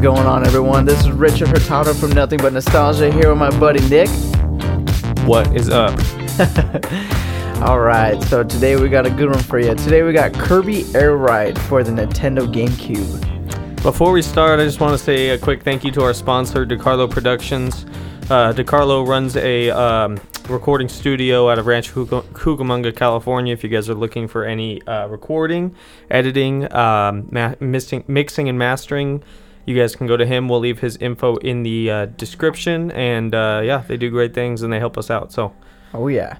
going on, everyone? This is Richard Hurtado from Nothing But Nostalgia here with my buddy Nick. What is up? All right, so today we got a good one for you. Today we got Kirby Air Ride for the Nintendo GameCube. Before we start, I just want to say a quick thank you to our sponsor, DeCarlo Productions. Uh, DeCarlo runs a um, recording studio out of Rancho Cuca- Cucamonga, California. If you guys are looking for any uh, recording, editing, um, ma- mixing, mixing, and mastering, you guys can go to him. We'll leave his info in the uh, description. And uh, yeah, they do great things and they help us out. So Oh yeah,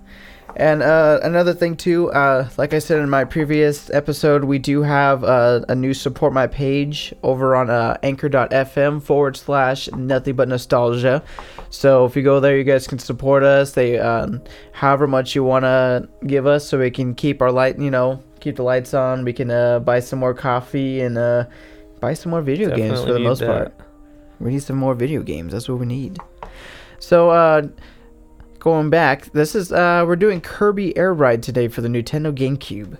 and uh, another thing too, uh, like I said in my previous episode, we do have uh, a new support my page over on uh, Anchor.fm forward slash Nothing But Nostalgia. So if you go there, you guys can support us. They um, however much you wanna give us, so we can keep our light, you know, keep the lights on. We can uh, buy some more coffee and uh, buy some more video games for definitely the need most that. part. We need some more video games. That's what we need. So, uh, going back, this is uh, we're doing Kirby Air Ride today for the Nintendo GameCube.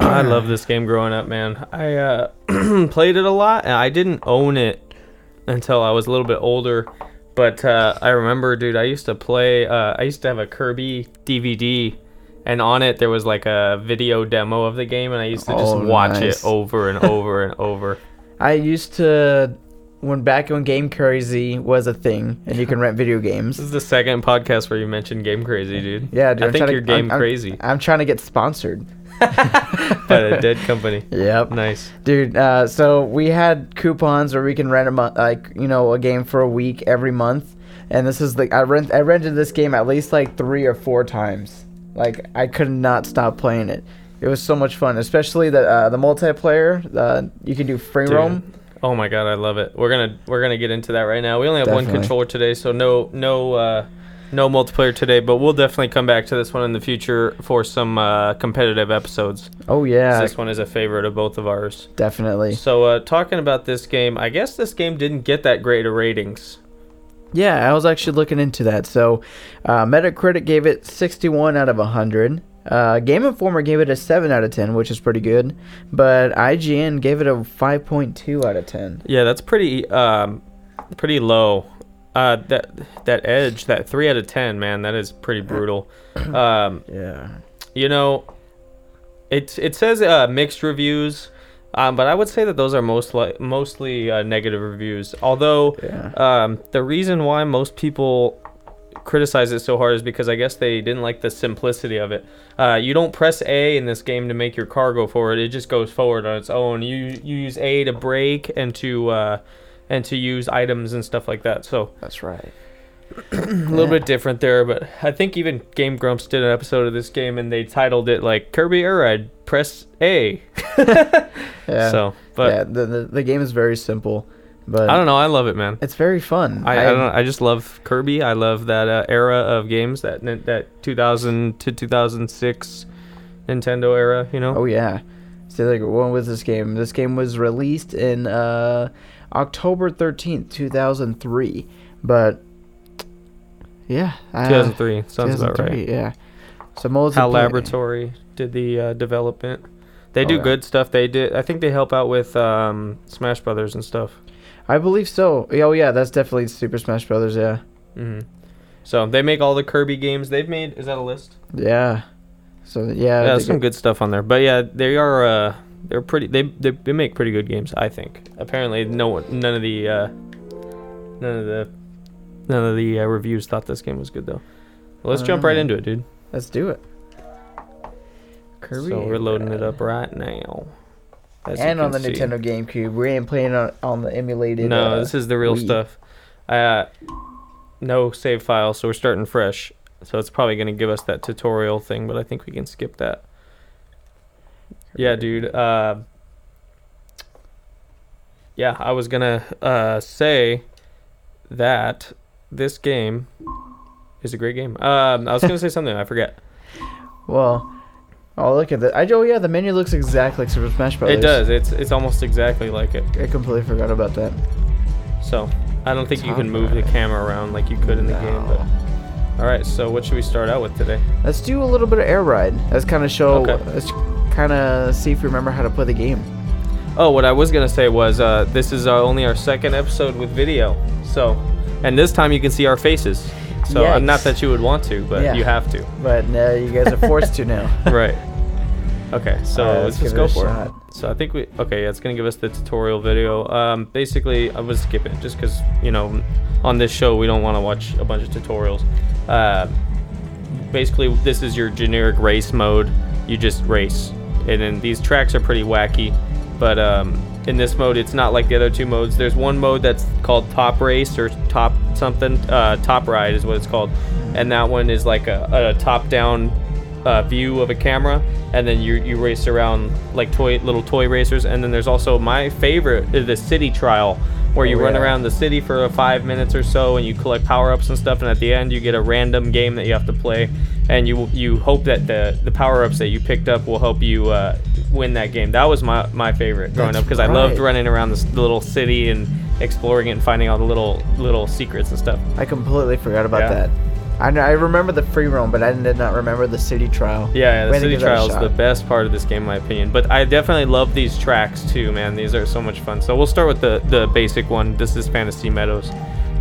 I love this game growing up, man. I uh, played it a lot, and I didn't own it until I was a little bit older. But uh, I remember, dude, I used to play. Uh, I used to have a Kirby DVD, and on it there was like a video demo of the game, and I used to just Oh, watch nice. it over and over and over. I used to when back when game crazy was a thing, and you can rent video This games. is the second podcast where you mentioned Game Crazy, dude. Yeah, dude, I I'm think tryna- you're Game I'm- I'm- Crazy, I'm trying to get sponsored. but a dead company. Yep. Nice. dude uh, so we had coupons where we can rent a month like you know a game for a week every month and this is like i rent i rented this game at least like three or four times like i could not stop playing it it was so much fun especially the uh, the multiplayer uh, you can do free Dude. roam Oh my god, I love it. We're gonna we're gonna get into that right now. We only have one Definitely. controller today, so no no uh, no multiplayer today. But we'll definitely come back to this one in the future for some uh, competitive episodes. 'cause oh yeah this one is a favorite of both of ours. definitely So uh, talking about this game, I guess this game didn't get that great of ratings. Yeah, I was actually looking into that. So, uh, Metacritic gave it 61 out of 100. Uh, Game Informer gave it a 7 out of 10, which is pretty good. But IGN gave it a 5.2 out of 10. Yeah, that's pretty um, pretty low. Uh, that that edge, that three out of ten, man, that is pretty brutal. Um, Yeah. You know, it it says uh, mixed reviews, um, but I would say that those are most li- mostly uh, negative reviews. Although Yeah. um, the reason why most people criticize it so hard is because I guess they didn't like the simplicity of it. Uh, you don't press A in this game to make your car go forward; it just goes forward on its own. You you use A to brake and to uh, and to use items and stuff like that. So That's right. a little bit different there, but I think even Game Grumps did an episode of this game and they titled it like Kirby Air Ride Press A. Yeah. So, but yeah, uh, the, the, the game is very simple, but I don't know. I love it, man. it's very fun. I, I don't. know, I just love Kirby. I love that uh, era of games that that 2000 to 2006 Nintendo era. You know. Oh, yeah. So, like, when was this game? This game was released in uh, October 13th, 2003. But, yeah. I- uh, 2003 sounds about 2003, right. Yeah. So multiplayer. How Laboratory did the uh, development. They Oh, do yeah. good stuff. They did. I think they help out with um, Smash Brothers and stuff. I believe so. Yeah, Oh yeah, that's definitely Super Smash Brothers. Yeah. hmm So they make all the Kirby games. They've made. Is that a list? Yeah. So yeah. yeah, they there's some get- good stuff on there. But yeah, they are uh they're pretty they they, they make pretty good games, I think. Apparently no one none of the uh none of the none of the uh, reviews thought this game was good though. Well, let's jump right Alright. into it, dude. Let's do it. Kirby. so we're Air loading Ride. it up right now. As you and on the can see. Nintendo GameCube, we ain't playing on, on the emulated. No, uh, this is the real Wii. stuff. Uh no save file, so we're starting fresh. So it's probably going to give us that tutorial thing, but I think we can skip that. Yeah, dude. Uh, yeah, I was gonna uh, say that this game is a great game. Um, I was gonna say something I forget. Well. Oh look at that! I oh yeah, the menu looks exactly like Super Smash Brothers. It does. It's it's almost exactly like it. I completely forgot about that. So I don't think you can Top move the right. camera around like you could in the game. But all right, so what should we start out with today? Let's do a little bit of air ride. Let's kind of show. Okay. Let's kind of see if we remember how to play the game. Oh, what I was gonna say was uh, this is uh, only our second episode with video, so and this time you can see our faces. So uh, not Yikes. that you would want to, but Yeah. you have to. But uh, you guys are forced to now. Right. Okay, so Alright, let's let's, give just go it a for shot. it. So I think we okay. Yeah, it's gonna give us the tutorial video. Um, basically, I was skipping just because you know, on this show we don't want to watch a bunch of tutorials. Um basically, this is your generic race mode. You just race, and then these tracks are pretty wacky. But um, in this mode, it's not like the other two modes. There's one mode that's called Top Race or Top something. Uh, top Ride is what it's called, and that one is like a, a top-down uh, view of a camera, and then you you race around like toy little toy racers. And then there's also my favorite, is the city trial, where you Oh, run yeah. around the city for uh, five minutes or so, and you collect power ups and stuff. And at the end, you get a random game that you have to play, and you you hope that the the power ups that you picked up will help you uh, win that game. That was my my favorite growing That's up because I loved right. running around this little city and exploring it and finding all the little little secrets and stuff. I completely forgot about Yeah. that. I, kn- I remember the free roam, but I did not remember the city trial. Yeah, yeah Way the to city give that a trial is shot. the best part of this game, in my opinion. But I definitely love these tracks too, man. These are so much fun. So we'll start with the the basic one. This is Fantasy Meadows,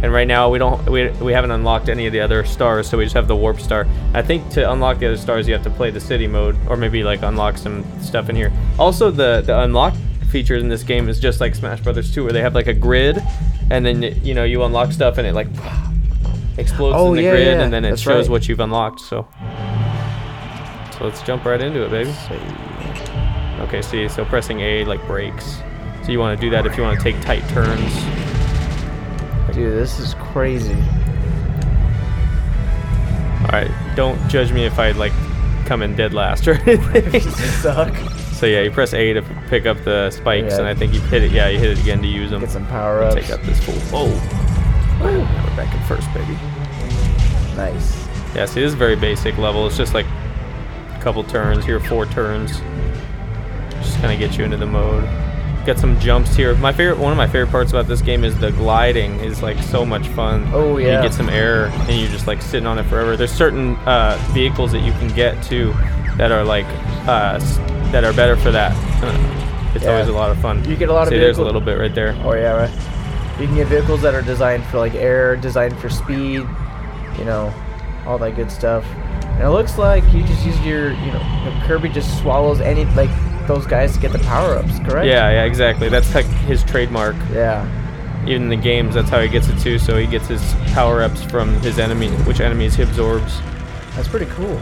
and right now we don't we, we haven't unlocked any of the other stars, so we just have the Warp Star. I think to unlock the other stars, you have to play the city mode, or maybe like unlock some stuff in here. Also, the the unlock feature in this game is just like Smash Brothers 2, where they have like a grid, and then you know you unlock stuff, and it like explodes Oh, in the yeah, grid, yeah, and then it that's shows right. what you've unlocked. So. So let's jump right into it, baby. Okay, see, so pressing A like breaks. So you want to do that if you want to take tight turns. Dude, this is crazy. All right, don't judge me if I like come in dead last or anything. Suck. so yeah, you press A to pick up the spikes, Yeah. and I think you hit it. Yeah, you hit it again to use them. Get some power ups. Take up this fool. Whoa! Now we're back in first, baby. Nice. Yeah, see, this is very basic level. It's just like a couple turns here, four turns. Just kind of get you into the mode. Got some jumps here. My favorite, one of my favorite parts about this game is the gliding is like so much fun. Oh, yeah. You get some air and you're just like sitting on it forever. There's certain uh, vehicles that you can get too that are like uh, s- that are better for that. Uh, It's Yeah. always a lot of fun. You get a lot of See, there's a vehicle- little bit right there. Oh yeah, right. You can get vehicles that are designed for like air, designed for speed, you know, all that good stuff. And it looks like you just use your, you know, Kirby just swallows any like those guys to get the power ups, correct? Yeah, yeah, exactly. That's like his trademark. Yeah. even in the games that's how he gets it too so he gets his power-ups from his enemy which enemies he absorbs That's pretty cool.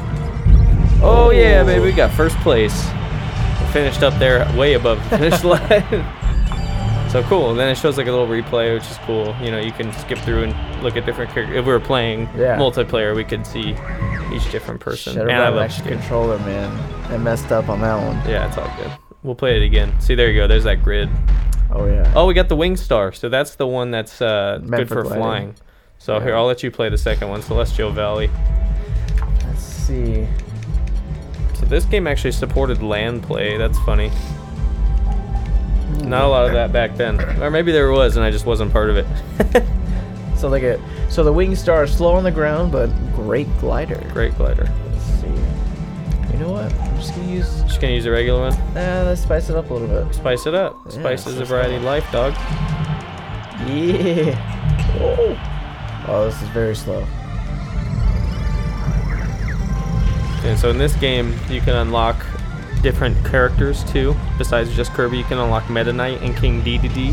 oh yeah Ooh. baby we got first place finished up there way above the finish line so cool then it shows like a little replay which is cool you know you can skip through and look at different characters if we were playing Yeah. multiplayer we could see each different person Should have Man, brought I an love extra this game. controller, man. I messed up on that one. yeah it's all good we'll play it again see there you go there's that grid Oh yeah. Oh, we got the wing star. So that's the one that's uh, Meant good for for gliding. flying. So Yeah. here, I'll let you play the second one, Celestial Valley. Let's see. So this game actually supported land play. That's funny. Not a lot of that back then, or maybe there was, and I just wasn't part of it. So like it. So the wing star is slow on the ground, but great glider. Great glider. Let's see. You know what? I'm just gonna use. Just gonna use a regular one. Uh, let's spice it up a little bit. Spice it up. Spice Yeah. is a variety of life, dog. Yeah. Oh. Oh, this is very slow. And so in this game, you can unlock different characters too. Besides just Kirby, you can unlock Meta Knight and King Dedede,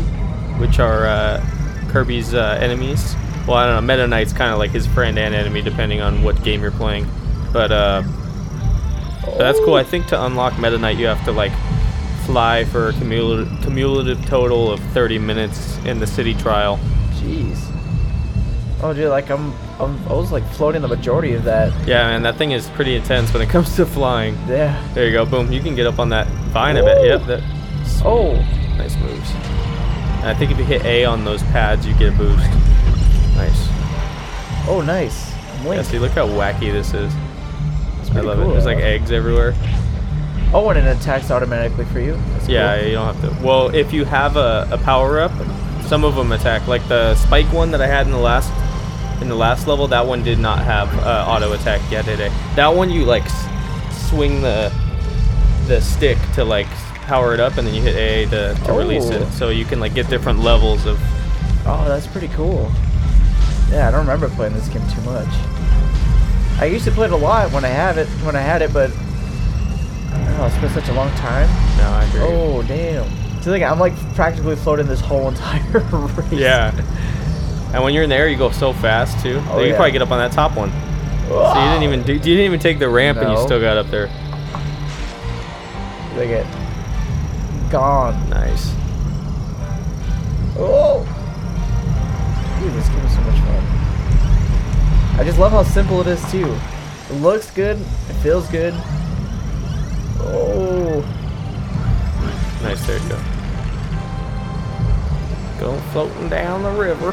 which are uh, Kirby's uh, enemies. Well, I don't know. Meta Knight's kind of like his friend and enemy, depending on what game you're playing. But uh, but that's cool. I Oh, think to unlock Meta Knight, you have to like fly for a cumulative, cumulative total of 30 minutes in the city trial. Jeez. Oh, dude, like I'm, I'm, I was like floating the majority of that. Yeah, man, that thing is pretty intense when it comes to flying. Yeah. There you go. Boom. You can get up on that vine a bit. Woo! Yep. That, Oh. Nice moves. And I think if you hit A on those pads, you get a boost. Nice. Oh, nice. I'm Yeah, linked. see, look how wacky this is. It's I pretty love it. cool, There's like though. eggs everywhere. Oh, and it attacks automatically for you. That's Yeah, cool. you don't have to. Well, if you have a, a power up, some of them attack. Like the spike one that I had in the last in the last level, that one did not have uh, auto attack yet today. That one you like s- swing the the stick to like power it up, and then you hit A to, to release it. Oh. So you can like get different levels of. Oh, that's pretty cool. Yeah, I don't remember playing this game too much. I used to play it a lot when I have it when I had it, but I don't know, it's been such a long time. No, I agree. Oh damn. So like I'm like practically floating this whole entire race. Yeah. And when you're in the air, you go so fast too. Oh, you yeah. probably get up on that top one. So you didn't even do, you didn't even take the ramp, and you No. still got up there. They get gone. Nice. Oh. Dude, this game is so much fun. I just love how simple it is too. It looks good. It feels good. Oh. Nice. There you go. Go floating down the river.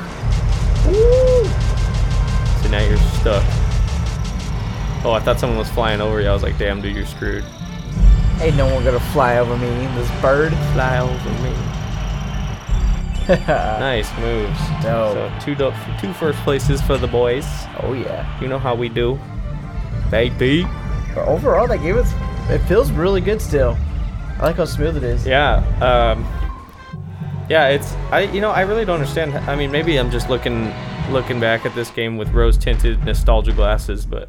Woo. So now you're stuck. Oh, I thought someone was flying over you. I was like, damn, dude, you're screwed. Ain't no one gonna fly over me. This bird. Fly over me. Nice moves. Dope. So two do- two first places for the boys. Oh yeah. You know how we do. Baby. But overall, that game is. It feels really good still. I like how smooth it is. Yeah. Um, yeah, it's I you know I really don't understand. I mean, maybe I'm just looking looking back at this game with rose tinted nostalgia glasses, but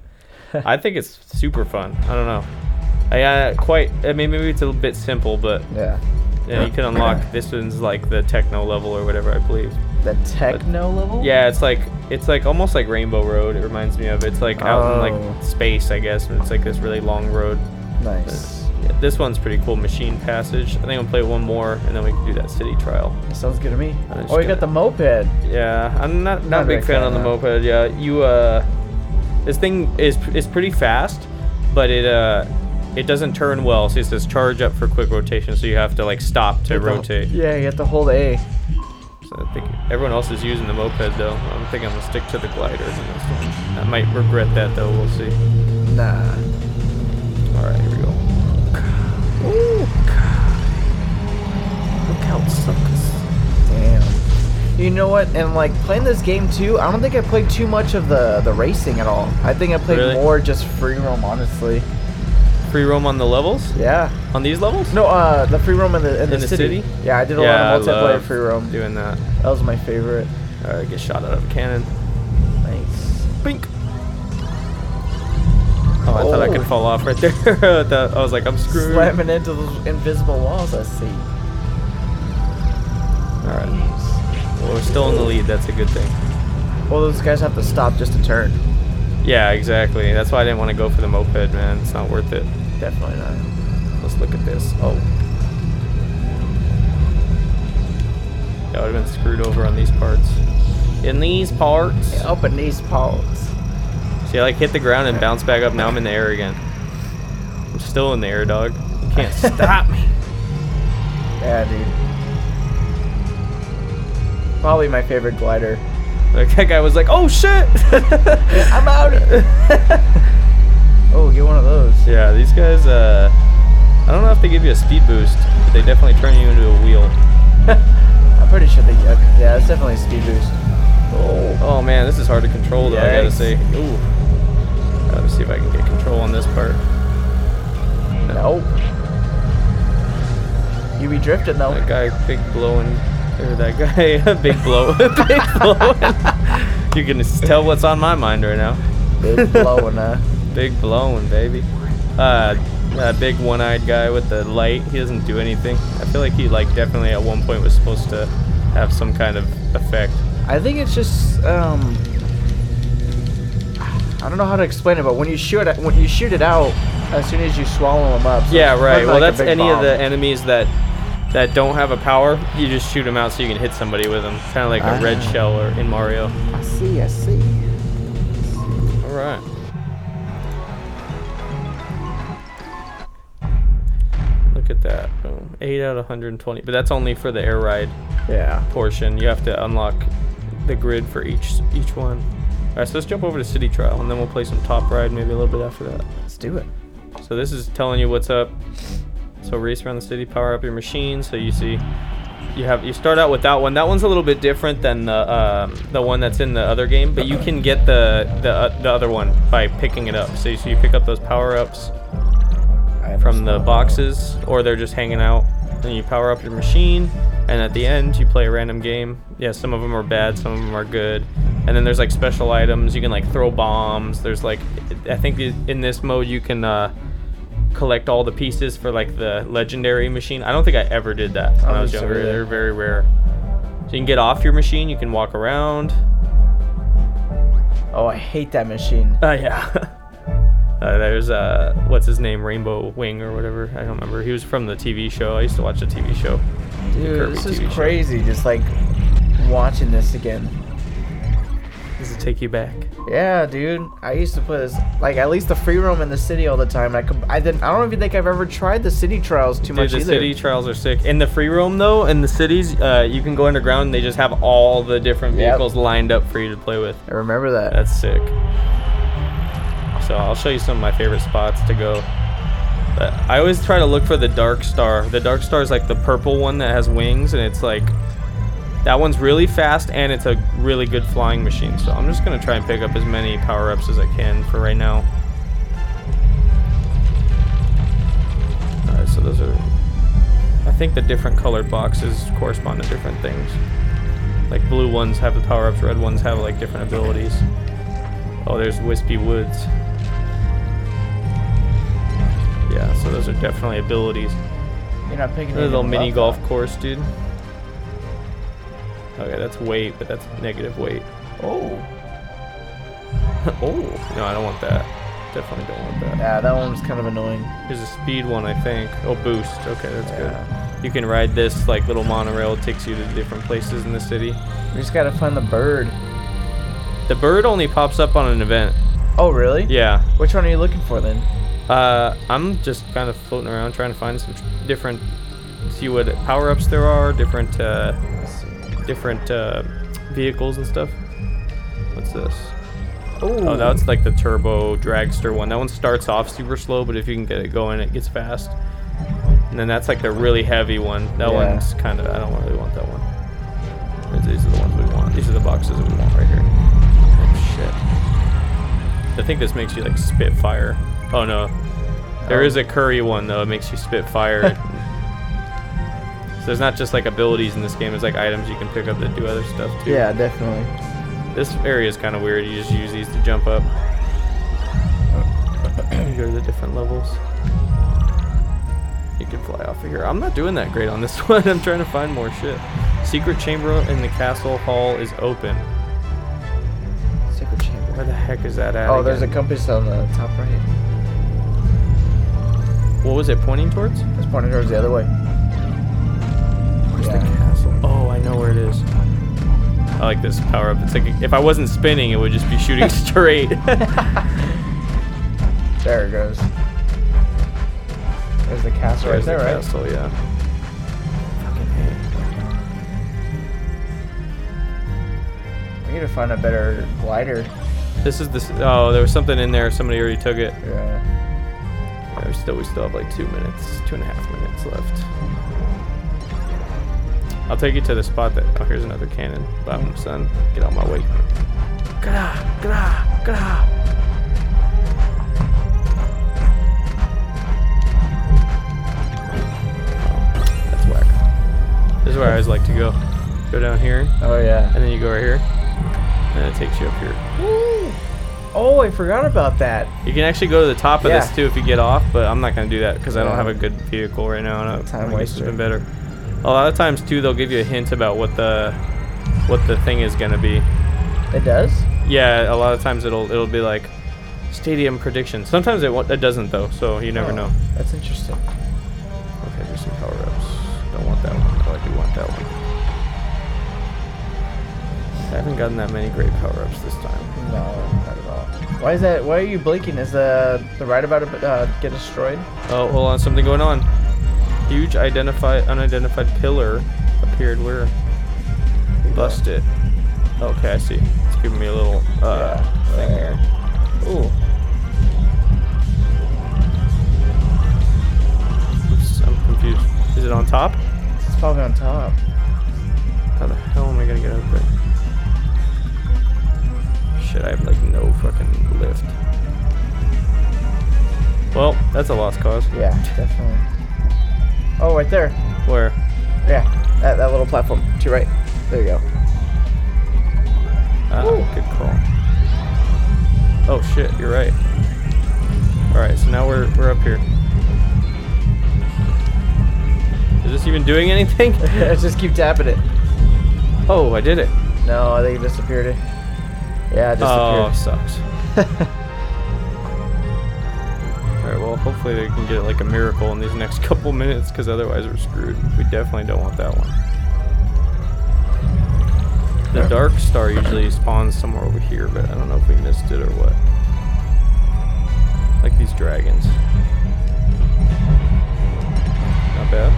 I think it's super fun. I don't know. I uh, quite. I mean, maybe it's a little bit simple, but Yeah. you, know, you can unlock this one's like the techno level or whatever I believe. The techno level. Yeah, it's like it's like almost like Rainbow Road. It reminds me of it's like out in Oh. like space, I guess, and it's like this really long road. Nice. Yeah, this one's pretty cool. Machine Passage. I think I'll play one more, and then we can do that city trial. Sounds good to me. I'm just Oh, you gonna- got the moped. Yeah, I'm not not, Not a big fan on the no. moped. Yeah, you uh, this thing is is pretty fast, but it uh, it doesn't turn well. So it says charge up for quick rotation, so you have to like stop to rotate. Yeah, you got the whole A. So I think everyone else is using the moped though. I'm thinking I'm gonna stick to the gliders in this one. I might regret that though. We'll see. Nah. All right, here we go. Ooh. Look out, suckers. Damn. You know what? And like playing this game too, I don't think I played too much of the the racing at all. I think I played Really? more just free roam, honestly. Free roam on the levels? Yeah. On these levels? No, uh, the free roam in the in, In the city? Yeah, I did a yeah, lot of I multiplayer love free roam. Doing that. That was my favorite. All right, get shot out of a cannon. Nice. Bink. Oh, I thought I could Oh. fall off right there. That- I was like, I'm screwed. Slamming into those invisible walls, I see. All right. Well, we're still in the lead. That's a good thing. Well, those guys have to stop just to turn. Yeah, exactly. That's why I didn't want to go for the moped, man. It's not worth it. Definitely not. Let's look at this. Oh. Yeah, I would have been screwed over on these parts. In these parts. Yeah, up in these poles. See, I like hit the ground and bounce back up. Now I'm in the air again. I'm still in the air, dog. You can't stop me. Yeah, dude. Probably my favorite glider. Like that guy was like, "Oh shit!" I'm out. oh, get one of those. yeah, these guys. Uh, I don't know if they give you a speed boost, but they definitely turn you into a wheel. I'm pretty sure they. Okay, yeah, it's definitely a speed boost. Oh. Oh man, this is hard to control though. I gotta Yikes. say. Ooh. Let me see if I can get control on this part. Nope. You be drifting though. That guy, big blowing, or that guy, big blow, big blowing. you can tell what's on my mind right now. Big blowing, uh. Big blowing, baby. Uh, that big one-eyed guy with the light. He doesn't do anything. I feel like he like definitely at one point was supposed to have some kind of effect. I think it's just um. I don't know how to explain it, but when you shoot it, when you shoot it out, as soon as you swallow them up. so Yeah, it's right. like Well, a that's big any of bomb. the enemies that that don't have a power. You just shoot them out so you can hit somebody with them. Kind of like a red Ah. shell or in Mario. I see. I see. All right. Look at that. Boom. 8 out of 120. But that's only for the air ride Yeah. portion. You have to unlock the grid for each each one. All right, so let's jump over to City Trial and then we'll play some Top Ride maybe a little bit after that. Let's do it. So this is telling you what's up. So race around the city, power up your machine. So you see, you have you start out with that one. That one's a little bit different than the um, the one that's in the other game, but you can get the the, uh, the other one by picking it up. So you, so you pick up those power ups I from the boxes, or they're just hanging out. and you power up your machine. And at the end, you play a random game. Yeah, some of them are bad, some of them are good. And then there's like special items. You can like throw bombs. There's like, I think in this mode you can uh, collect all the pieces for like the legendary machine. I don't think I ever did that when Oh, I was that's so younger. rare. They're very rare. So you can get off your machine. You can walk around. Oh, I hate that machine. Uh, yeah. Uh, there's uh, what's his name, Rainbow Wing or whatever. I don't remember. He was from the TV show. I used to watch the TV show. Dude, Kirby this is TV show. crazy. Just like watching this again. Does it take you back? Yeah, dude. I used to play this like at least the free roam in the city all the time. I com- I didn't. I don't even think I've ever tried the city trials too Dude, much the either. city trials are sick. In the free roam though, in the cities, uh, you can go underground. and They just have all the different Yep. vehicles lined up for you to play with. I remember that. That's sick. So I'll show you some of my favorite spots to go. But I always try to look for the dark star. The dark star is like the purple one that has wings, and it's like that one's really fast and it's a really good flying machine. So I'm just gonna try and pick up as many power ups as I can for right now. All right, so those are. I think the different colored boxes correspond to different things. Like blue ones have the power ups, red ones have like different abilities. Oh, there's Wispy Woods. Yeah, so those are definitely abilities. You're not picking A little anything mini up. golf course, dude. Okay, that's weight, but that's negative weight. Oh. oh, no, I don't want that. Definitely don't want that. Yeah, that one was kind of annoying. Here's a speed one, I think. Oh, boost. Okay, that's Yeah. good. You can ride this like little monorail. It takes you to different places in the city. We just gotta find the bird. The bird only pops up on an event. Oh, really? Yeah. Which one are you looking for then? Uh, I'm just kind of floating around trying to find some different, see what power ups there are, different, uh, different uh, vehicles and stuff. What's this? Oh, that's like the turbo dragster one. That one starts off super slow, but if you can get it going, it gets fast. And then that's like the really heavy one. That Yeah. one's kind of I don't really want that one. These these are the ones we want. These are the boxes that we want right here. Oh shit! I think this makes you like spit fire. Oh no, there Oh. is a curry one though. It makes you spit fire. so there's not just like abilities in this game. It's like items you can pick up that do other stuff too. Yeah, definitely. This area is kind of weird. You just use these to jump up. Go to the different levels. You can fly off of here. I'm not doing that great on this one. I'm trying to find more shit. Secret chamber in the castle hall is open. Secret chamber. Where the heck is that at? Oh, there's a again? compass on the top right. What was it pointing towards? It's pointing towards the other way. Where's the castle? Oh, I know where it is. I like this power up. It's like if I wasn't spinning, it would just be shooting straight. There it goes. There's the castle right There's there, the right? castle, yeah. We need to find a better glider. This is this. Oh, there was something in there. Somebody already took it. Yeah. Yeah, we still, we still have like two minutes, two and a half minutes left. I'll take you to the spot that. Oh, here's another cannon. Boom, son. Get out my way. Gah, gah, gah. That's whack. This is where I always like to go. Go down here, Oh yeah. and then you go right here, and it takes you up here. Oh, I forgot about that. You can actually go to the top of Yeah. this too if you get off, but I'm not gonna do that because I don't Yeah. have a good vehicle right now. And I, Time I guess it's waster. been better. A lot of times too, they'll give you a hint about what the what the thing is gonna be. It does. Yeah, a lot of times it'll it'll be like stadium prediction. Sometimes it wa- it doesn't though, so you never Oh, know. That's interesting. Okay, there's some power ups. Don't want that one. Oh, I do want that one. I haven't gotten that many great power ups this time. No, not at all. Why is that? Why are you blinking? Is the the right about to uh, get destroyed? Oh, hold on, something going on. Huge identified, unidentified pillar appeared. Where? Bust it. Okay, I see. It's giving me a little uh, Yeah. thing here. Ooh. Oops, I'm confused. Is it on top? It's probably on top. How the hell am I gonna get out of there? Shit, I have like no fucking lift. Well, that's a lost cause. Yeah, definitely. Oh, right there. Where? Yeah, that, that little platform to your right. There you go. Uh, good call. Oh shit, you're right. All right, so now we're we're up here. Is this even doing anything? just keep tapping it. Oh, I did it. No, I think it disappeared. Yeah, it Oh, disappeared. sucks. All right, well, hopefully they can get like a miracle in these next couple minutes, because otherwise we're screwed. We definitely don't want that one. The dark star usually spawns somewhere over here, but I don't know if we missed it or what. Like these dragons. Not bad.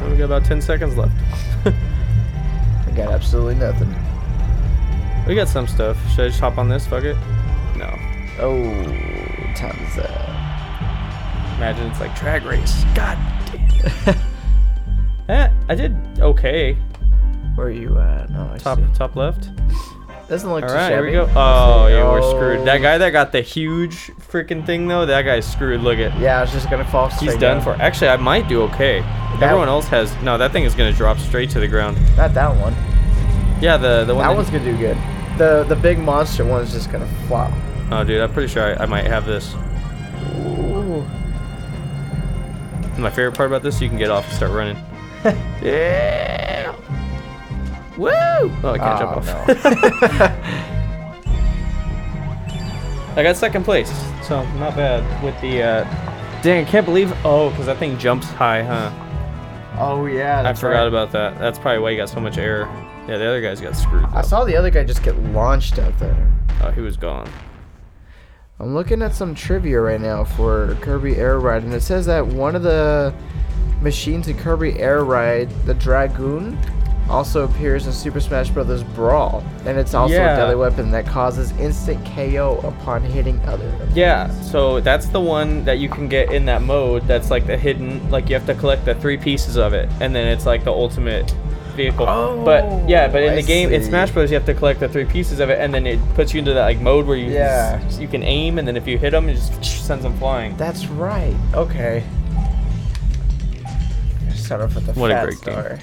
Well, We got about 10 seconds left. I got absolutely nothing. we got some stuff. Should I just hop on this? Fuck it. No. Oh, time's up. Imagine it's like drag race. God damn. eh, I did okay. Where are you at? No, I Top see. top left. Doesn't look All too right, here shabby. we go. Let's Oh see. yeah, we're Oh. screwed. That guy that got the huge freaking thing though, that guy's screwed. Look at. Yeah, I was just gonna fall. He's straight done down. for. Actually, I might do okay. Everyone else has. No, that thing is gonna drop straight to the ground. Not that one. Yeah, the the one. That one's gonna do good. The the big monster one's just gonna flop. Oh dude, I'm pretty sure I, I might have this. Ooh. And my favorite part about this, you can get off and start running. yeah. Woo! Oh, I can't jump Oh, off. no. I got second place, so not bad with the. Uh... Dang, I can't believe. Oh, because that thing jumps high, huh? oh yeah. I that's forgot right. about that. That's probably why you got so much air. Yeah, the other guys got screwed. I though. saw the other guy just get launched out there. Oh, he was gone. I'm looking at some trivia right now for Kirby Air Ride, and it says that one of the machines in Kirby Air Ride, the Dragoon, also appears in Super Smash Bros. Brawl, and it's also Yeah. a deadly weapon that causes instant KO upon hitting other. Yeah, so that's the one that you can get in that mode. That's like the hidden. Like you have to collect the three pieces of it, and then it's like the ultimate vehicle. but yeah, but in Oh, I the game in see. Smash Bros, you have to collect the three pieces of it, and then it puts you into that like mode where you Yeah. you can aim, and then if you hit them, it just sends them flying. That's right. Okay. Start off with the What a fat great game. star.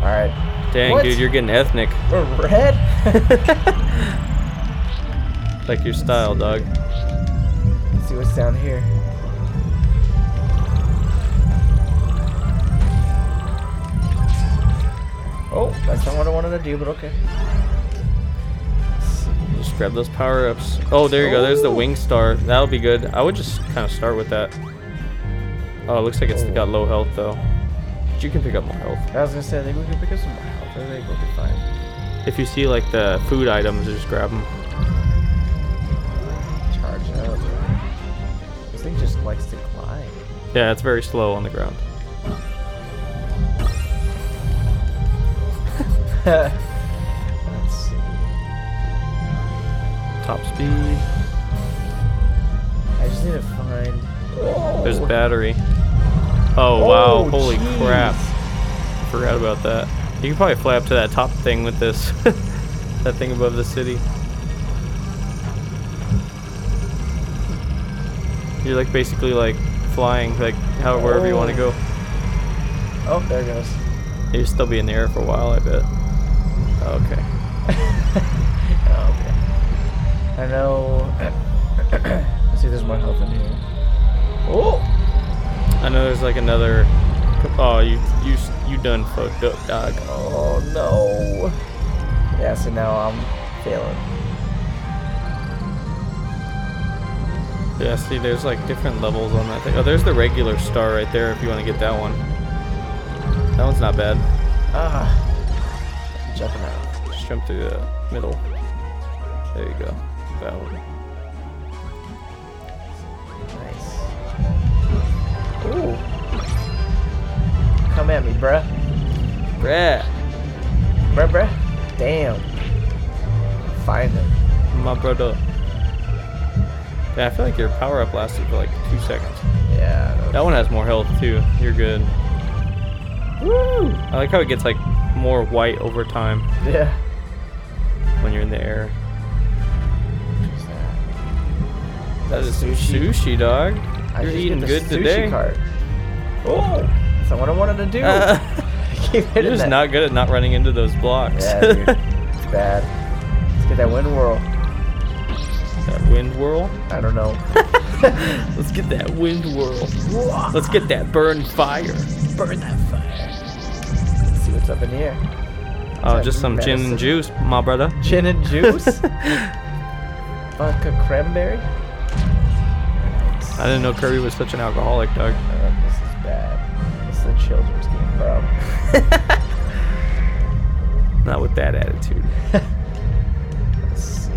All right, Dang, What? dude, you're getting ethnic. we're red. Like your style, dog. Let's see what's down here. Oh, that's not what I wanted to do, but okay. Just grab those power ups. Oh, there you go. There's the Ooh. wing star. That'll be good. I would just kind of start with that. Oh, it looks like it's Oh. got low health though. But you can pick up more health. I was gonna say, I think we can pick up some more health. I think we'll be fine. If you see like the food items, just grab them. Charge up. This thing just likes to climb. Yeah, it's very slow on the ground. Let's see. Top speed. I just need to find. Oh. There's battery. Oh wow! Oh, Holy crap! jeez. Forgot about that. You can probably fly up to that top thing with this. that thing above the city. You're like basically like flying, like how wherever you want to Oh. go. Oh, there it goes. You'll still be in the air for a while, I bet. Okay. Oh, okay. I know. Let's see, there's more health in here. Oh! I know there's like another. Oh, you you you done fucked up, dog. Oh no. Yeah, so now I'm failing. Yeah, see, there's like different levels on that thing. Oh, there's the regular star right there if you want to get that one. That one's not bad. Ah. I'm jumping out. Just jump through the middle. There you go. That one. Nice. Ooh. Come at me, bruh. Bruh, Bruh, bruh. Damn. Find him. my brother. Yeah, I feel like your power up lasted for like two seconds. Yeah. I That know. one has more health too. You're good. Woo! I like how it gets like more white over time Yeah. when you're in the air. What's that? That is Sushi. sushi, dog. I You're just get eating the good sushi today. Cart. Oh, That's not what I wanted to do. I keep Uh, you're hitting just that. not good at not running into those blocks. Yeah, dude. it's bad. Let's get that wind whirl. that wind whirl. I don't know. Let's get that wind whirl. Let's get that burn fire. Burn that fire. Let's see what's up in here. Oh, just some gin Medicine. and juice, my brother. Gin and juice. Vodka cranberry. I didn't know Curry was such an alcoholic, dog. Oh, this is bad. This is a children's game, bro. Not with that attitude. Let's see.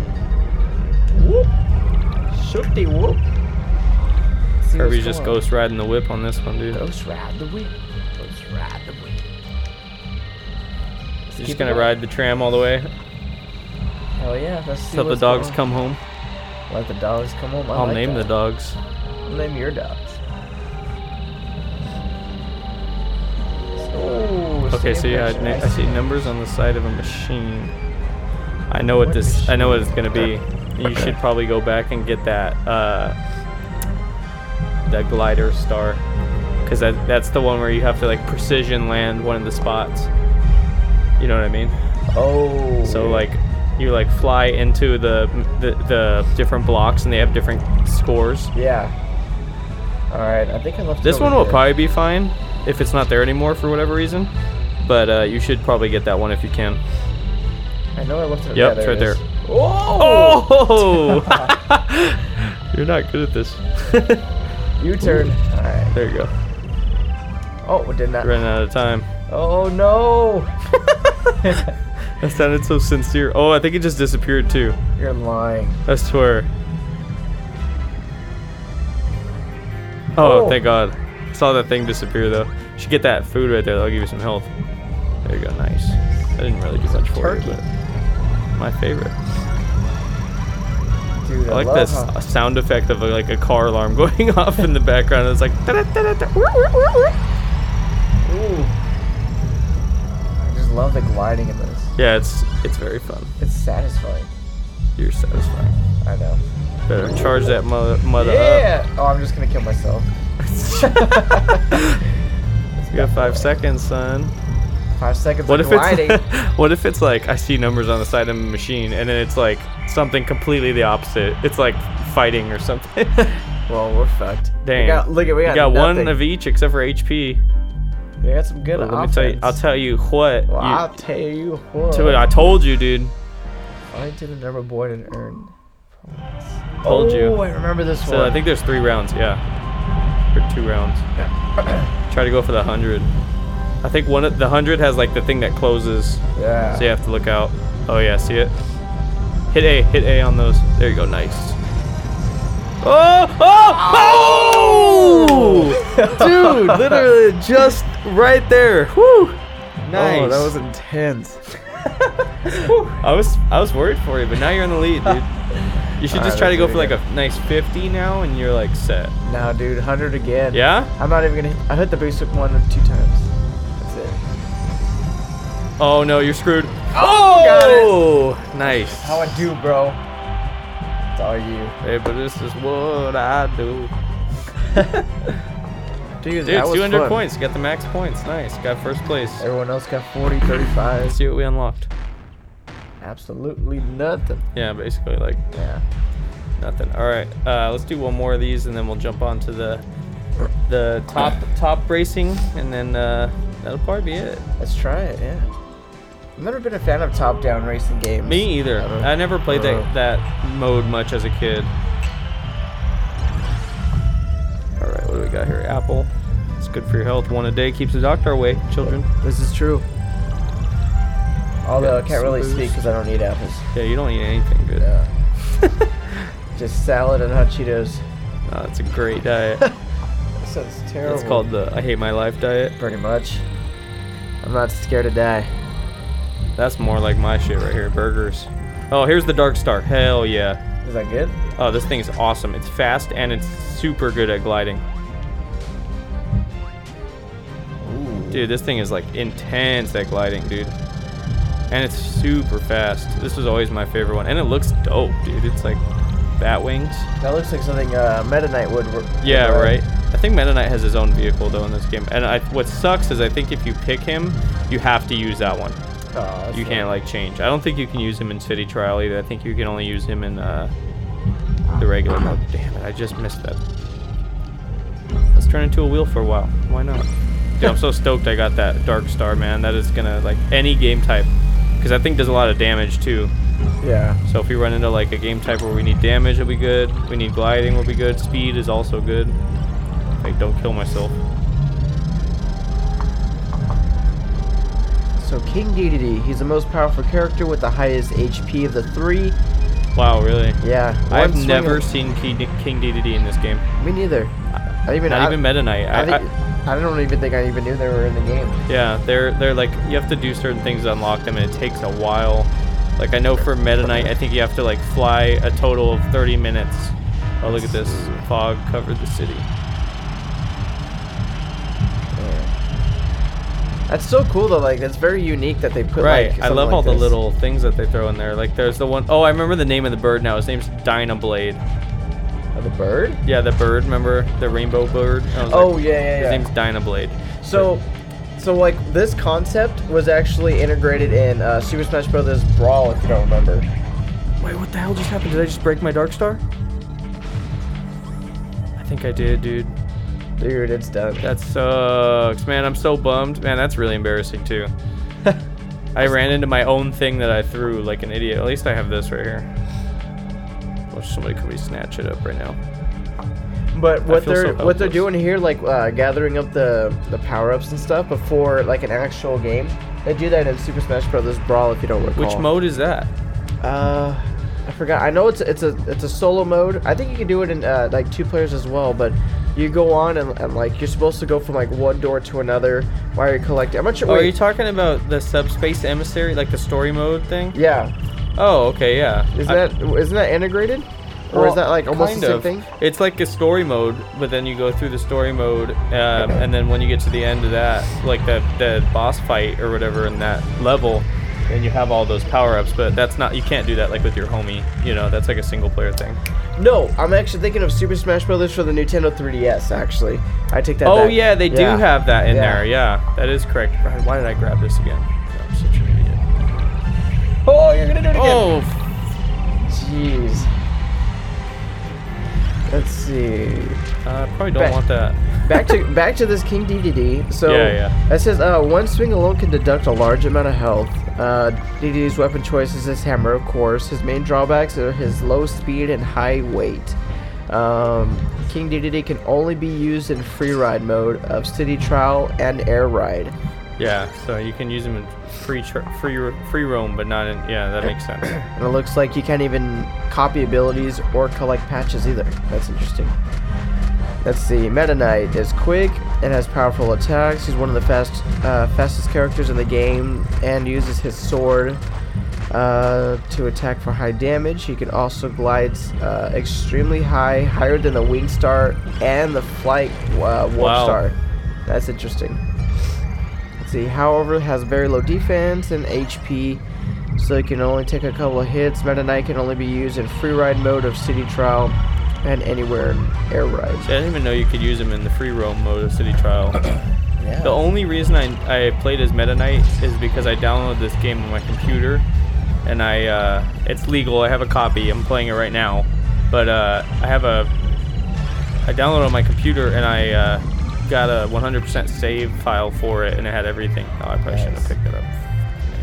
Whoop. Shooty whoop. Let's see Kirby what's just going on. ghost riding the whip on this one, dude. Ghost ride the whip. Ghost ride the whip. Let's He's keep it just gonna going. ride the tram all the way Hell yeah. Let's see till the what's dogs going come home. on. Let the dogs come home. I I'll like name that. the dogs. Name your dogs. Oh, Okay, so yeah, I, na- I see numbers on the side of a machine. I know what What this. I know what it's gonna be. machine? You should probably go back and get that uh, that glider star, because that that's the one where you have to like precision land one of the spots. You know what I mean? Oh. So like, you like fly into the the, the different blocks and they have different scores. Yeah. All right, I think I left. it This over one will here. probably be fine if it's not there anymore for whatever reason. But uh, you should probably get that one if you can. I know I left it. Yep, yeah, it's right it is. there. Oh! Oh! You're not good at this. U turn. All right. there you go. Oh, it did not. Running out of time. Oh no! That sounded so sincere. Oh, I think it just disappeared too. You're lying. I swear. Oh, Oh. thank God. Saw that thing disappear though. Should get that food right there. That'll give you some health. There you go. Nice. I didn't really do much for Turkey. you, but my favorite. Dude, I, I like love this how- uh, sound effect of uh, like a car alarm going off in the background. It's like da da da da. Ooh. I just love the gliding in this. Yeah, it's it's very fun. It's satisfying. You're satisfying. I know. Better charge that mother, mother up. yeah! Oh, I'm just gonna kill myself. You got five seconds, son. Five seconds What of if gliding. it's what if it's like I see numbers on the side of a machine and then it's like something completely the opposite. It's like fighting or something. well, we're fucked. Dang. We got, look at we got, you got one nothing. of each except for HP. We got some good But let me offense. tell you, I'll tell you what. Well, you- I'll tell you what. to it, I told you, dude. Find to the number board and earn. points. Told oh, you. I remember this So one. I think there's three rounds, yeah, or two rounds. Try to go for the hundred. I think one of the hundred has like the thing that closes, Yeah. so you have to look out. Oh yeah, see it? Hit A, hit A on those. There you go, nice. Oh, oh, oh! Dude, literally just right there. Whoo! Nice. Oh, that was intense. I was I was worried for you, but now you're in the lead, dude. You should All just right, try let's to go do it for like a again. nice 50 now, and you're like set. Now, dude, 100 again. Yeah? I'm not even gonna. I hit the basic one or two times. That's it. Oh no, you're screwed. Oh, Oh, got it. nice. How I do, bro. It's all you. Hey, but this is what I do. Dude, Dude, that was 200 fun. points. Got the max points. Nice. Got first place. Everyone else got 40, Let's 35. see what we unlocked. Absolutely nothing. Yeah, basically like Yeah. nothing. All right, uh, let's do one more of these, and then we'll jump on to the the top top racing, and then uh, that'll probably be it. Let's try it. Yeah. I've never been a fan of top-down racing games. Me either. I don't- I, never played I don't that, that mode much as a kid. All right, what do we got here? Apple. It's good for your health. One a day keeps the doctor away. Children. This is true. Although I Got can't some really speak 'cause boost. I don't eat apples. Yeah, you don't eat anything good. Yeah. Just salad and hot Cheetos. No, it's a great diet. That sounds terrible. it's called the I hate my life diet. Pretty much. I'm not scared to die. That's more like my shit right here. Burgers. Oh, here's the dark star. Hell yeah. Is that good? Oh, this thing's awesome. It's fast and it's super good at gliding. Ooh. Dude, this thing is like intense at gliding, dude. And it's super fast. This was always my favorite one. And it looks dope, dude. It's like bat wings. That looks like something uh, Meta Knight would. re- Yeah, would, uh, right. I think Meta Knight has his own vehicle though in this game, and I, what sucks is I think if you pick him, you have to use that one. aw, Oh, that's You can't like change. I don't think you can use him in City Trial either. I think you can only use him in uh, the regular mode. Damn it! I just missed that. Let's turn into a wheel for a while. Why not? Dude, I'm so stoked I got that Dark Star, man. That is gonna like any game type, because I think does a lot of damage too. Yeah. So if we run into like a game type where we need damage, it'll be good. We need gliding, will be good. Speed is also good. Like, don't kill myself. So King Dedede, he's the most powerful character with the highest HP of the three. Wow, really? Yeah. one I've swing never of- seen King, King DDD in this game. Me neither. I even. Not I, even Meta Knight. I, I, think, I- I don't even think I even knew they were in the game. yeah, they're they're like you have to do certain things to unlock them, and it takes a while. Like I know for Meta Knight, I think you have to like fly a total of 30 minutes. Oh, look at this fog covered the city. That's so cool though. Like that's very unique that they put. Right. Like, I something love like all the this. little things that they throw in there. Like there's the one oh I remember the name of the bird now. His name's Dynablade. Oh, the bird. Yeah, the bird. Remember the rainbow bird? I was Oh, like- yeah, yeah, His yeah. name's Dynablade. So, so like this concept was actually integrated in uh, Super Smash Bros. Brawl, if you don't remember. wait, what the hell just happened? Did I just break my dark star? I think I did, dude. Dude, it's done. That sucks, man. I'm so bummed, man. That's really embarrassing too. I ran into my own thing that I threw like an idiot. At least I have this right here. Wish somebody could be snatch it up right now. But what feel they're so what they're helpless. doing here, like uh, gathering up the the power ups and stuff before like an actual game, they do that in Super Smash Bros. Brawl, if you don't recall. Which mode is that? Uh, I forgot. I know it's it's a it's a solo mode. I think you can do it in uh, like two players as well, but. You go on and, and like you're supposed to go from like one door to another while you're collecting. I'm not sure. Oh, are wait. you talking about the subspace emissary, like the story mode thing? yeah, Oh, okay, yeah. Is I- that isn't that integrated, or is that like almost kind the same of. thing? It's like a story mode, but then you go through the story mode, um, and then when you get to the end of that, like the the boss fight or whatever in that level, then you have all those power ups. But that's not you can't do that like with your homie. You know, that's like a single player thing. No, I'm actually thinking of Super Smash Brothers for the Nintendo 3DS. Actually, I take that. oh back. yeah, they do have that in Yeah. there. Yeah, that is correct. Brian, why did I grab this again? I'm such an idiot. Oh, you're gonna do it again. Oh, f- jeez. Let's see. I probably don't Back- want that. Back to back to this King DDD. So Yeah, yeah. it says uh, one swing alone can deduct a large amount of health. Uh, DDD's weapon choice is his hammer, of course. His main drawbacks are his low speed and high weight. Um, King DDD can only be used in free ride mode of city trial and air ride. Yeah, so you can use them in free tr- free free roam, but not in. Yeah, that makes sense. And it looks like you can't even copy abilities or collect patches either. That's interesting. Let's see. Meta Knight is quick and has powerful attacks. He's one of the fast, uh, fastest characters in the game and uses his sword uh, to attack for high damage. He can also glide uh, extremely high, higher than the Wing Star and the Flight uh, Warp Wow. Star. That's interesting. Let's see. However, has very low defense and HP, so it can only take a couple of hits. Meta Knight can only be used in free ride mode of City Trial and anywhere in air rides. See, I didn't even know you could use him in the free roam mode of City Trial. The only reason I, I played as Meta Knight is because I downloaded this game on my computer, and I uh, it's legal. I have a copy. I'm playing it right now, but uh, I have a I downloaded it on my computer and I uh, got a 100% save file for it, and it had everything. Oh, I probably shouldn't have Nice. picked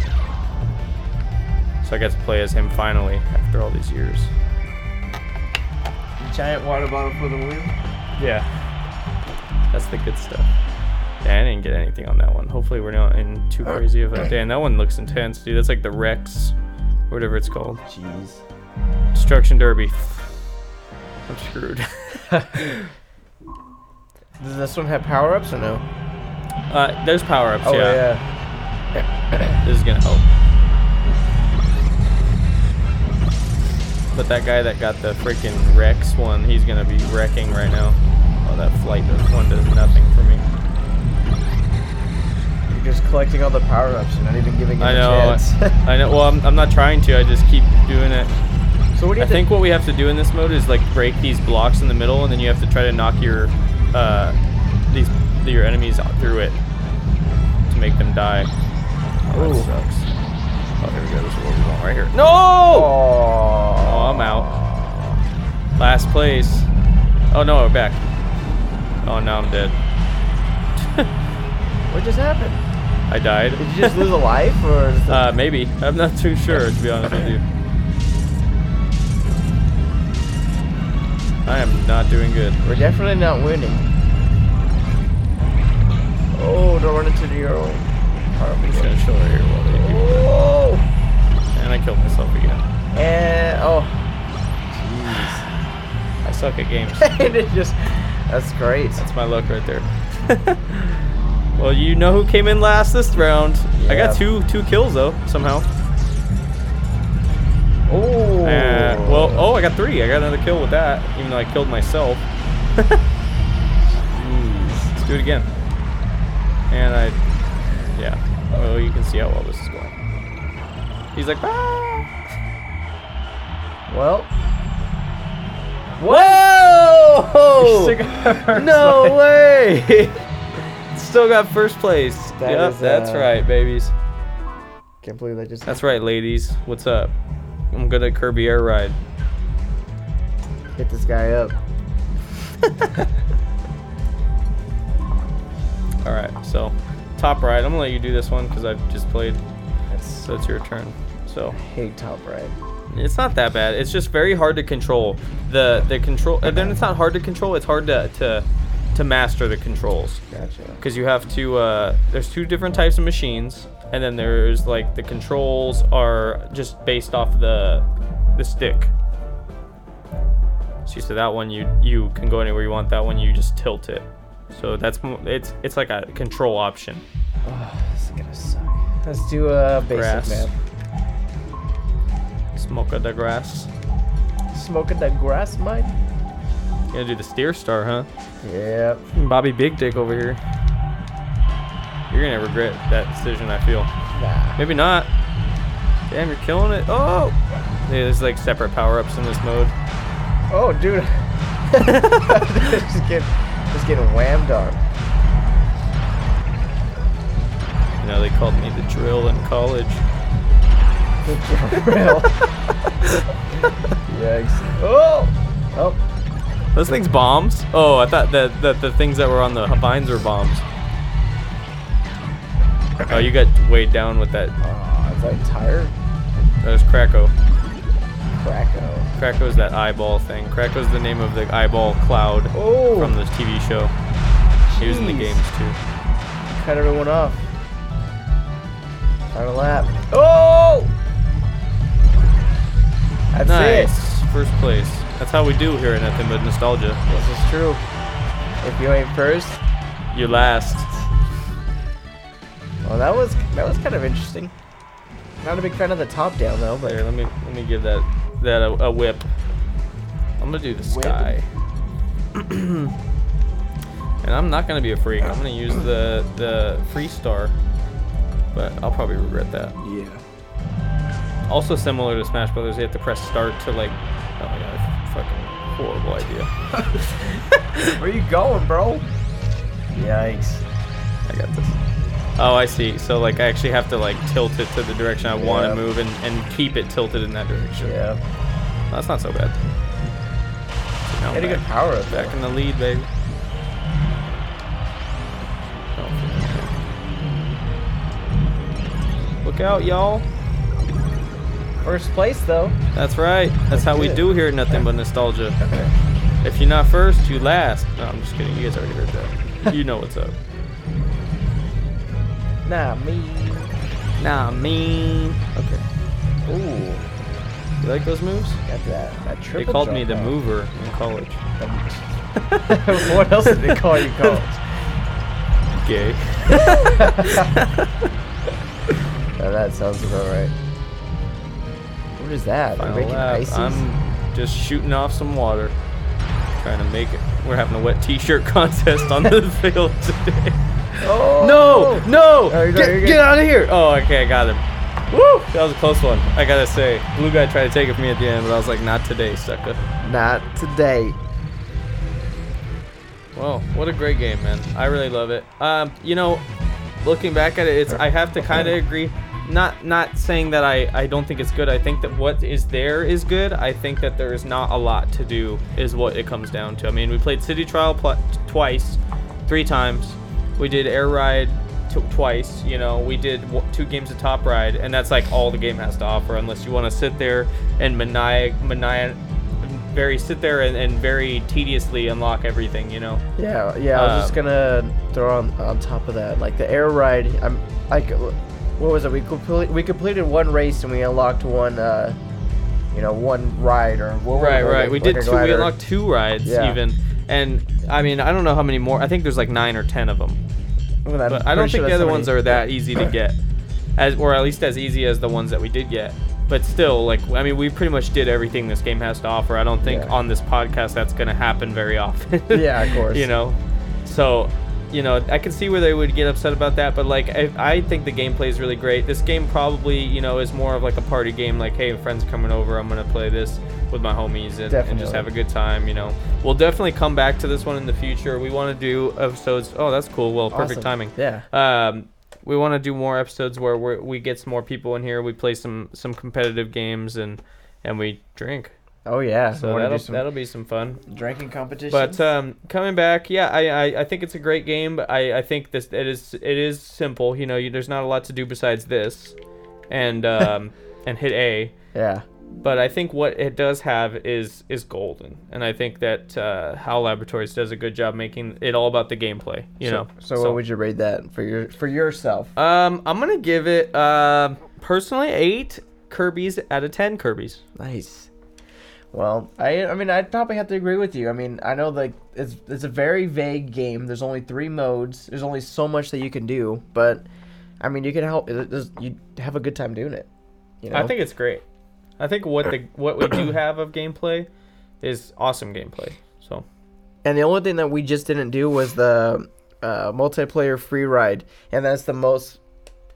it up. So I got to play as him finally after all these years. Giant water bottle for the wheel. Yeah. That's the good stuff. Yeah, I didn't get anything on that one. Hopefully we're not in too crazy of a damn that one looks intense, dude. That's like the Rex whatever it's called. Jeez. Destruction Derby. I'm screwed. Does this one have power ups or no? uh, there's power ups, Oh yeah. yeah. This is gonna help. But that guy that got the freaking Rex one, he's gonna be wrecking right now. Oh that flight does one does nothing for me. You're just collecting all the power ups and not even giving it I a know. chance. I know. Well, I'm, I'm not trying to. I just keep doing it. So what do you I think what we have to do in this mode is like break these blocks in the middle, and then you have to try to knock your uh, these your enemies out through it to make them die. Oh, Ooh. that sucks. Oh, here we go. This is what we're going right here. No! Oh, I'm out. Last place. Oh no, we're back. Oh, now I'm dead. What just happened? I died. Did you just lose a life or? Is it- Uh, maybe. I'm not too sure, to be honest with you. I am not doing good. We're definitely not winning. Oh, don't run into the arrow. I'm just gonna chill right here while they do that. Oh, And I killed myself again. and oh, I suck at games. jeez. and it just that's great. That's my luck right there. well, you know who came in last this round. I Yeah. got two two kills though somehow. Oh. Uh, well, oh, I got three. I got another kill with that, even though I killed myself. Jeez. Let's do it again. And I, yeah. Oh, you can see how well this is going. He's like, ah! Well. Whoa! Cigar. Oh, No way! Still got first place. That yep, is, that's uh, right, babies. Can't believe that just That's right, ladies. What's up? I'm good at Kirby Air Ride. hit this guy up. All right, so top right. I'm gonna let you do this one because I've just played, That's so it's your turn. So hate top right. it's not that bad. It's just very hard to control the the control. And then it's not hard to control. It's hard to to to master the controls. Gotcha. because you have to uh, there's two different types of machines and then there's like the controls are just based off the the stick so you said that one you you can go anywhere you want that one you just tilt it so that's mo- it's it's like a control option Oh, this is gonna suck. Let's do a basic Grass. map. smoke of the grass Smoking the grass, Mike. you gonna do the steer star huh Yep. bobby big dick over here you're gonna regret that decision i feel Nah. Maybe not. Damn, you're killing it. Oh! Yeah, there's like separate power ups in this mode. Oh, dude. just getting, just getting whammed on. You know, they called me the drill in college. For real. Yikes. Oh. Oh. Those things bombs? Oh, I thought that, that the things that were on the vines were bombs. Oh, you got weighed down with that. Aw, is that tire? That was Krakow. Cracko. Krakow's that eyeball thing. Krakow's the name of the eyeball cloud Oh. from the TV show. He was in the Jeez. games too. Cut everyone off. Final lap. Oh. That's it. nice. First place. That's how we do here at Nothing But Nostalgia. This is true. If you ain't first, You last. well, that was that was kind of interesting. Not a big fan of the top down though, but Here, let me let me give that that a, a whip. I'm gonna do the Whip? sky. and I'm not gonna be a freak. I'm gonna use the the free star, but I'll probably regret that. yeah. Also similar to Smash Brothers, you have to press start to like. Oh my god, fucking horrible idea. Where you going, bro? Yikes. I got this. Oh, I see. So like, I actually have to like tilt it to the direction I want Yeah. to move and and keep it tilted in that direction. Yeah. That's not so bad. So now I'm Had a good back. power up Back there. in the lead, baby. Look out, y'all. First place though. That's right. That's how we Good. do here at Nothing But Nostalgia. If you're not first, you last. No, I'm just kidding. You guys already heard that. You know what's up. Nah, me. Nah, mean. Okay. Ooh, You like those moves? got that. That triple. They called jump me the out. mover in college. The- what else did they call you? Called? Gay. Now Oh, that sounds about right. What is that? They're Final making lap. ices? I'm just shooting off some water, trying to make it. We're having a wet T-shirt contest on the field today. Oh No, no, Oh, you're good, get, you're good. get out of here! Oh, okay, I got him. Woo! That was a close one. I gotta say, Blue Guy tried to take it from me at the end, but I was like, not today, sucker. Not today. Well, what a great game, man. I really love it. Um, you know, looking back at it, it's I have to kind of agree. Not not saying that I, I don't think it's good. I think that what is there is good. I think that there is not a lot to do is what it comes down to. I mean, we played City Trial pl- twice, three times. We did Air Ride t- twice. You know, we did w- two games of Top Ride, and that's like all the game has to offer, unless you want to sit there and maniac maniac very sit there and, and very tediously unlock everything. You know. Yeah, yeah. I was just Um, gonna throw on on top of that, like the air ride. I'm like, what was it? We complete, we completed one race and we unlocked one, uh, you know, one ride or what was Right, it, right. like- We like did a two. We glider. unlocked two rides Yeah. even, and I mean, I don't know how many more. I think there's like nine or ten of them, Well, I'm but I don't pretty think sure the that's other how ones many- are that easy to get, as or at least as easy as the ones that we did get. But still, like I mean, we pretty much did everything this game has to offer. I don't think Yeah. on this podcast that's going to happen very often. Yeah, of course. you know, so. You know, I can see where they would get upset about that, but like, I, I think the gameplay is really great. This game probably, you know, is more of like a party game. Like, hey, a friend's coming over, I'm gonna play this with my homies and, and just Definitely. have a good time. You know, we'll definitely come back to this one in the future. We want to do episodes. Oh, that's cool. Well, perfect Awesome. timing. Yeah. Um, we want to do more episodes where we're, we get some more people in here. We play some some competitive games and and we drink. Oh yeah. So wanna do that'll some that'll be some fun. drinking competition. But um, coming back, yeah, I, I, I think it's a great game. But I, I think this it is it is simple. You know, you, there's not a lot to do besides this, and um, and hit A. yeah. But I think what it does have is is golden, and I think that uh, HAL Laboratories does a good job making it all about the gameplay. You so, know, So, what would you rate that for your for yourself? um, I'm gonna give it um personally eight Kirby's out of ten Kirby's. Nice. Well, I I mean I'd probably have to agree with you. I mean I know like it's it's a very vague game. There's only three modes. There's only so much that you can do, but I mean you can help. it- it's- You have a good time doing it. You know? I think it's great. I think what the what we do have of gameplay is awesome gameplay. So. And the only thing that we just didn't do was the uh, multiplayer free ride, and that's the most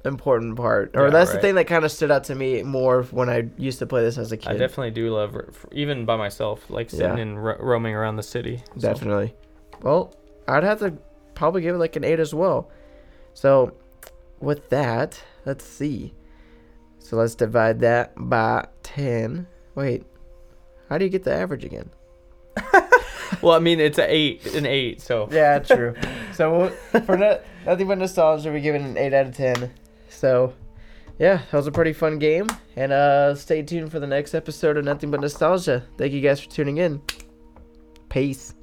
important part, or Yeah, that's the right. thing that kind of stood out to me more when I used to play this as a kid. I definitely do love, r- f- even by myself, like sitting Yeah. and ro- roaming around the city. So, Definitely. Well, I'd have to probably give it like an eight as well. So, with that, let's see. So let's divide that by ten. Wait, how do you get the average again? Well, I mean, it's an eight, an eight. So Yeah, true. so we'll- for no, nothing but nostalgia, we give it an eight out of ten. So, yeah, that was a pretty fun game. And uh, stay tuned for the next episode of Nothing But Nostalgia. Thank you guys for tuning in. Peace.